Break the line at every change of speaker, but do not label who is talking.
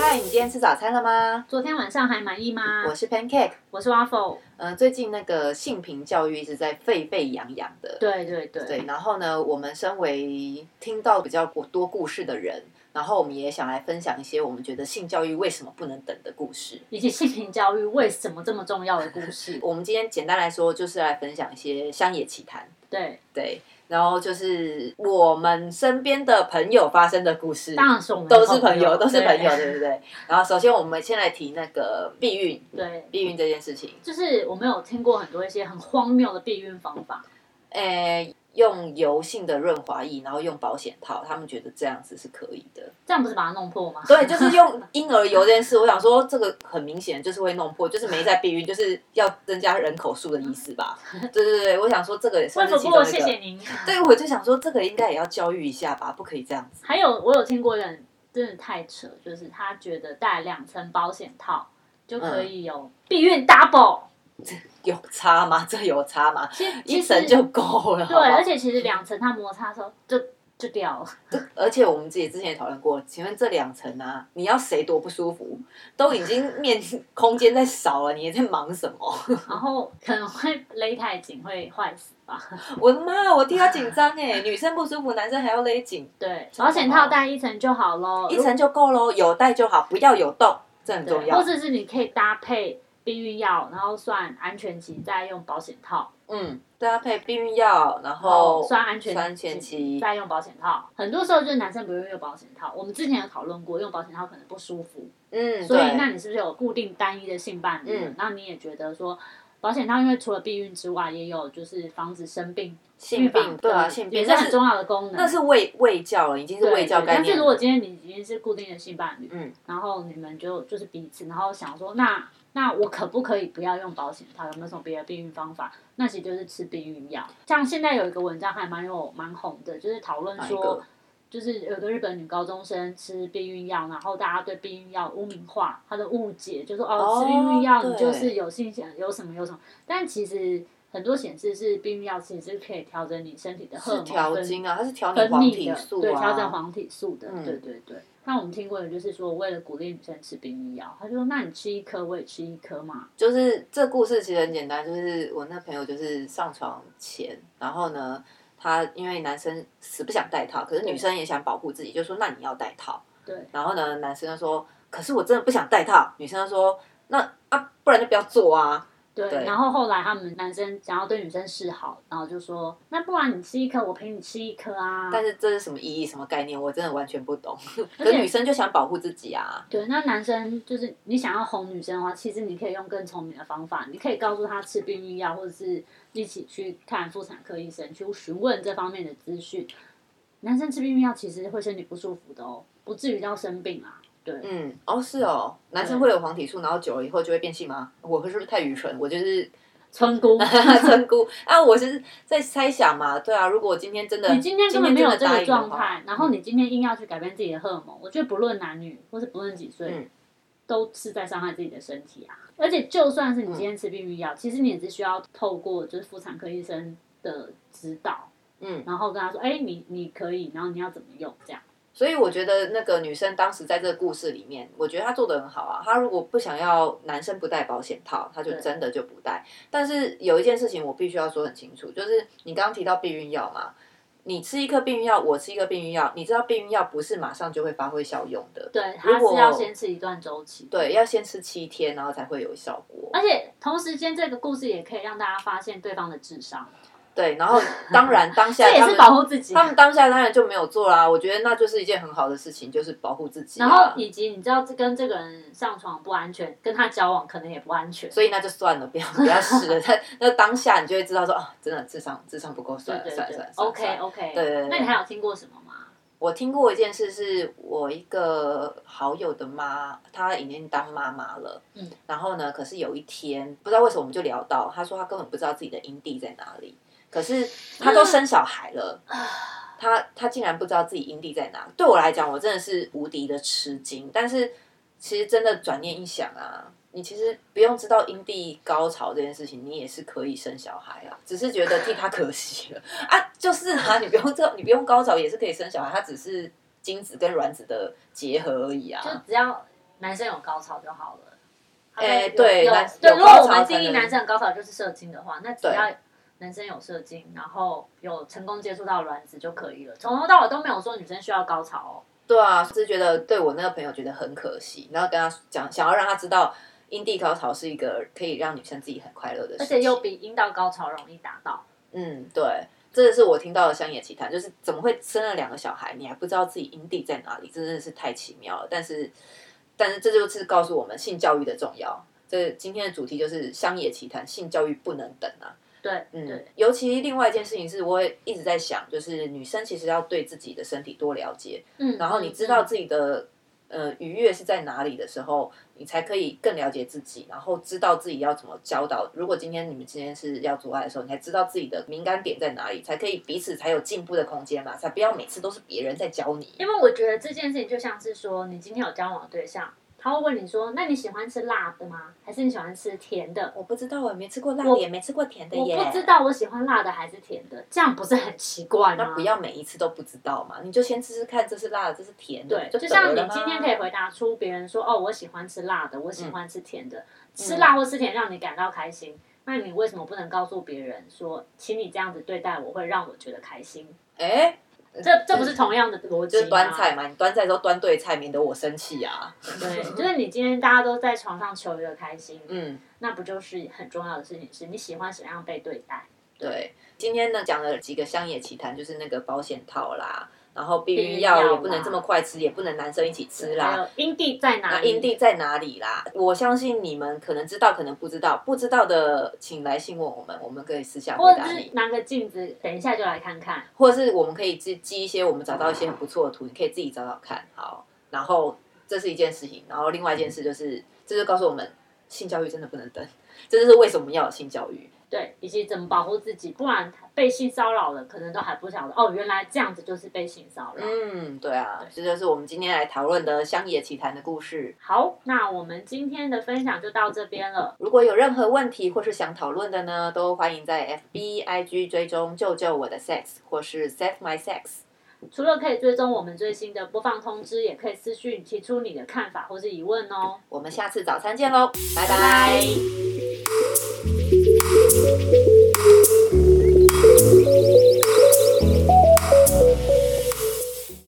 嗨，你今天吃早餐了吗？
昨天晚上还满意吗？
我是 Pancake。
我是 Waffle，
呃，最近那个性平教育一直在沸沸扬扬的。
对对对，
呃对，然后呢，我们身为听到比较多故事的人，然后我们也想来分享一些我们觉得性教育为什么不能等的故事。，
以及性平教育为什么这么重要的故事
我们今天简单来说，就是来分享一些乡野奇谈，
对，
对，然后就是我们身边的朋友发生的故事，
当然是我们的
都是朋友，都是朋友，
对
对不对？然后首先我们先来提那个避孕，
对。
避孕这件事情，
就是我们有听过很多一些很荒谬的避孕方法，
诶，用油性的润滑液，然后用保险套，他们觉得这样子是可以的。
这样不是把它弄破吗？
对，就是用婴儿油这件事，我想说这个很明显就是会弄破，就是没在避孕，就是要增加人口数的意思 吧？对对对，我想说这个也
卫
算是其
福
中
部，
一
谢
个。
谢您。
对，我就想说这个应该也要教育一下吧，不可以这样子。
还有我有听过一个人真的太扯，就是他觉得戴两层保险套就可以有避孕 double，、
有差吗？这有差吗？
其实
嗯一
其
层
实
就够了。好不
对，
好
而且其实两层它摩擦的时候就就掉了，
而且我们自己之前也讨论过，请问这两层啊，你要谁多不舒服，都已经面 空间在少了，你在忙什么？
然后可能会勒太紧会坏死吧。
我的妈！我替他紧张 哎，女生不舒服，男生还要勒紧，
对，保险套戴一层就好咯，
哦一层就够喽，有带就好，不要有洞，这很
对啊
重要
或。者是你可以搭配避孕药，然后算安全期再用保险套，
嗯，搭配避孕药，然
然
后
后算安全
安全期，
再用保险套。很多时候就是男生不愿意用保险套，我们之前有讨论过，用保险套可能不舒服，
嗯，
所以
对，
那你是不是有固定单一的性伴侣
嗯？
那你也觉得说？保险套因为除了避孕之外，也有就是防止生病、预
性病
防
对啊，
的
性病
也是
那
很重要的功能。
那是卫卫教了，已经是
对
卫教
对
概
但是
念
如
了。
果今天你已经是固定的性伴侣，
嗯，
然后你们就就是彼此，然后想说，那那我可不可以不要用保险套？有没有什么别的避孕方法？那其实就是吃避孕药。像现在有一个文章还蛮有蛮红的，就是讨论
哪一
说
个，？
就是有个日本女高中生吃避孕药，然后大家对避孕药污名化，她的误解就说哦，
哦
吃避孕药你
对
就是有性向有什么有什么，但其实很多显示是避孕药其实是可以调整你身体的荷尔
是
蒙
调
分
经啊，它是调你
分
黄
泌
体
的，
素啊，
对，调整黄体素的，
嗯
对对对。那我们听过的就是说，为了鼓励女生吃避孕药，他就说：“那你吃一颗，我也吃一颗嘛。
就是这故事其实很简单，就是我那朋友就是上床前，然后呢，他因为男生死不想戴套，可是女生也想保护自己，就说那你要戴套。”
对，
然后呢，男生就说：“可是我真的不想戴套。”女生就说：“那啊，不然就不要做啊。
对，
对
然后后来他们男生想要对女生示好，然后就说：“那不然你吃一颗，我陪你吃一颗啊。”
但是这是什么意义、什么概念，我真的完全不懂。 可
而
是
且
女生就想保护自己啊，
对，那男生就是你想要哄女生的话，其实你可以用更聪明的方法，你可以告诉她吃避孕药，或者是一起去看妇产科医生，去询问这方面的资讯。男生吃避孕药其实会身体不舒服的哦，不至于到生病啊。对，
嗯，哦，是哦，男生
对
会有黄体素，然后久了以后就会变性吗？我是不是太愚蠢？我就是
村姑，
村姑啊，我是在猜想嘛，对啊，如果我今天真的，
你今天根本没有这
今天真的答应的
个状
话嗯
态，然后你今天硬要去改变自己的荷尔蒙，我觉得不论男女，或是不论几岁，
嗯
都是在伤害自己的身体啊。而且就算是你今天
嗯
吃避孕药，其实你也是需要透过就是妇产科医生的指导，
嗯，
然后跟他说，哎、你你可以，然后你要怎么用这样。
所以我觉得那个女生当时在这个故事里面，我觉得她做的很好啊。她如果不想要男生不戴保险套，她就
对
真的就不戴。但是有一件事情我必须要说很清楚，就是你刚刚提到避孕药嘛，你吃一颗避孕药，我吃一颗避孕药，你知道避孕药不是马上就会发挥效用的，
对，
如
他
果
是要先吃一段周期。
对，要先吃七天，然后才会有效果。
而且同时间，这个故事也可以让大家发现对方的智商，
对，然后当然当下
这也
他
是
们
保护自己。啊
他们当下当然就没有做啦。我觉得那就是一件很好的事情，就是保护自己、啊。
然后以及你知道，这跟这个人上床不安全，跟他交往可能也不安全。
所以那就算了，不要 不要试了。但那当下你就会知道说啊，真的智商智商不够，算了
对对
算了
对
算了。算了算
，OK 哦
了
OK。
对对对
那你还有听过什么吗？
我听过一件事，是我一个好友的妈，她已经当妈妈了。
嗯，
然后呢，可是有一天不知道为什么我们就聊到，她说她根本不知道自己的阴蒂在哪里，可是她都生小孩了。她她竟然不知道自己阴蒂在哪，对我来讲，我真的是无敌的吃惊。但是其实真的转念一想啊，你其实不用知道阴蒂高潮这件事情，你也是可以生小孩啊，只是觉得替他可惜了 啊，就是啊，你不用这，你不用高潮也是可以生小孩，它只是精子跟卵子的结合而已啊。
就只要男生有高潮就好了。
哎
有
对
有
男
对，
有
如果
高
我
潮
们
才
定义
能
男生的高潮就是射精的话，那只
对
要男生有射精，然后有成功接触到卵子就可以了。从头到尾都没有说女生需要高潮哦。
对啊，只是觉得对我那个朋友觉得很可惜，然后跟他讲，想要让他知道阴蒂高潮是一个可以让女生自己很快乐的
而
事
且
情，
又比阴道高潮容易达到。
嗯，对，这是我听到的乡野奇谈，就是怎么会生了两个小孩，你还不知道自己阴蒂在哪里，真的是太奇妙了。但是，但是这就是告诉我们性教育的重要。这今天的主题就是乡野奇谈，性教育不能等啊。
对，
嗯
对，，
尤其另外一件事情是，我也一直在想，就是女生其实要对自己的身体多了解，
嗯。
然后你
嗯
知道
嗯
自己的呃愉悦是在哪里的时候，你才可以更了解自己，然后知道自己要怎么教导。如果今天你们之间是要做爱的时候，你才知道自己的敏感点在哪里，才可以彼此才有进步的空间嘛，才不要每次都是别人在教你。
因为我觉得这件事情就像是说，你今天有交往的对象，他会问你说：“那你喜欢吃辣的吗？还是你喜欢吃甜的
我不知道，我没吃过辣
我
的，也没吃过甜？”的
我
耶。
不知道我喜欢辣的还是甜的，这样不是很奇怪吗？
那不要每一次都不知道嘛，你就先吃吃看，这是辣的，这是甜的，
对，
就
就
得
像你
了
今天
嘛
可以回答出别人说：“哦，我喜欢吃辣的，我
嗯
喜欢吃甜的，吃辣或吃甜让你感到开心。”那你为什么不能告诉别人说，请你这样子对待我，会让我觉得开心？
哎，
这这不是同样的逻辑
就
吗？
是端菜嘛，你端菜都端对菜，免得我生气啊。
对，就是你今天大家都在床上求一个开心，
嗯。
那不就是很重要的事情？是你喜欢什么样被对待？
对，今天呢讲了几个乡野奇谈，就是那个保险套啦，然后避
避孕
孕
药
药也
啦
不能这么快吃，也不能男生一起吃啦。
还有阴蒂在哪
那
里？
阴蒂在哪里啦？我相信你们可能知道，可能不知道，不知道的请来信问我们，我们可以私下
或
回
者
答
是
你，
拿个镜子，等一下就来看看。
或者是我们可以寄寄一些我们找到一些很不错的图，你可以自己找找看。好，然后这是一件事情，然后另外一件事就是，这就告诉我们性教育真的不能等，这就是为什么要有性教育。
对，以及怎么保护自己，不然被性骚扰了，可能都还不晓得哦，原来这样子就是被性骚扰。
嗯，对啊，这就是我们今天来讨论的乡野奇谈的故事。
好，那我们今天的分享就到这边了。
如果有任何问题或是想讨论的呢，都欢迎在 FB、IG 追踪“救救我的 sex” 或是 “Save My Sex”。
除了可以追踪我们最新的播放通知，也可以私讯提出你的看法或是疑问哦。
我们下次早餐见喽，拜拜
拜拜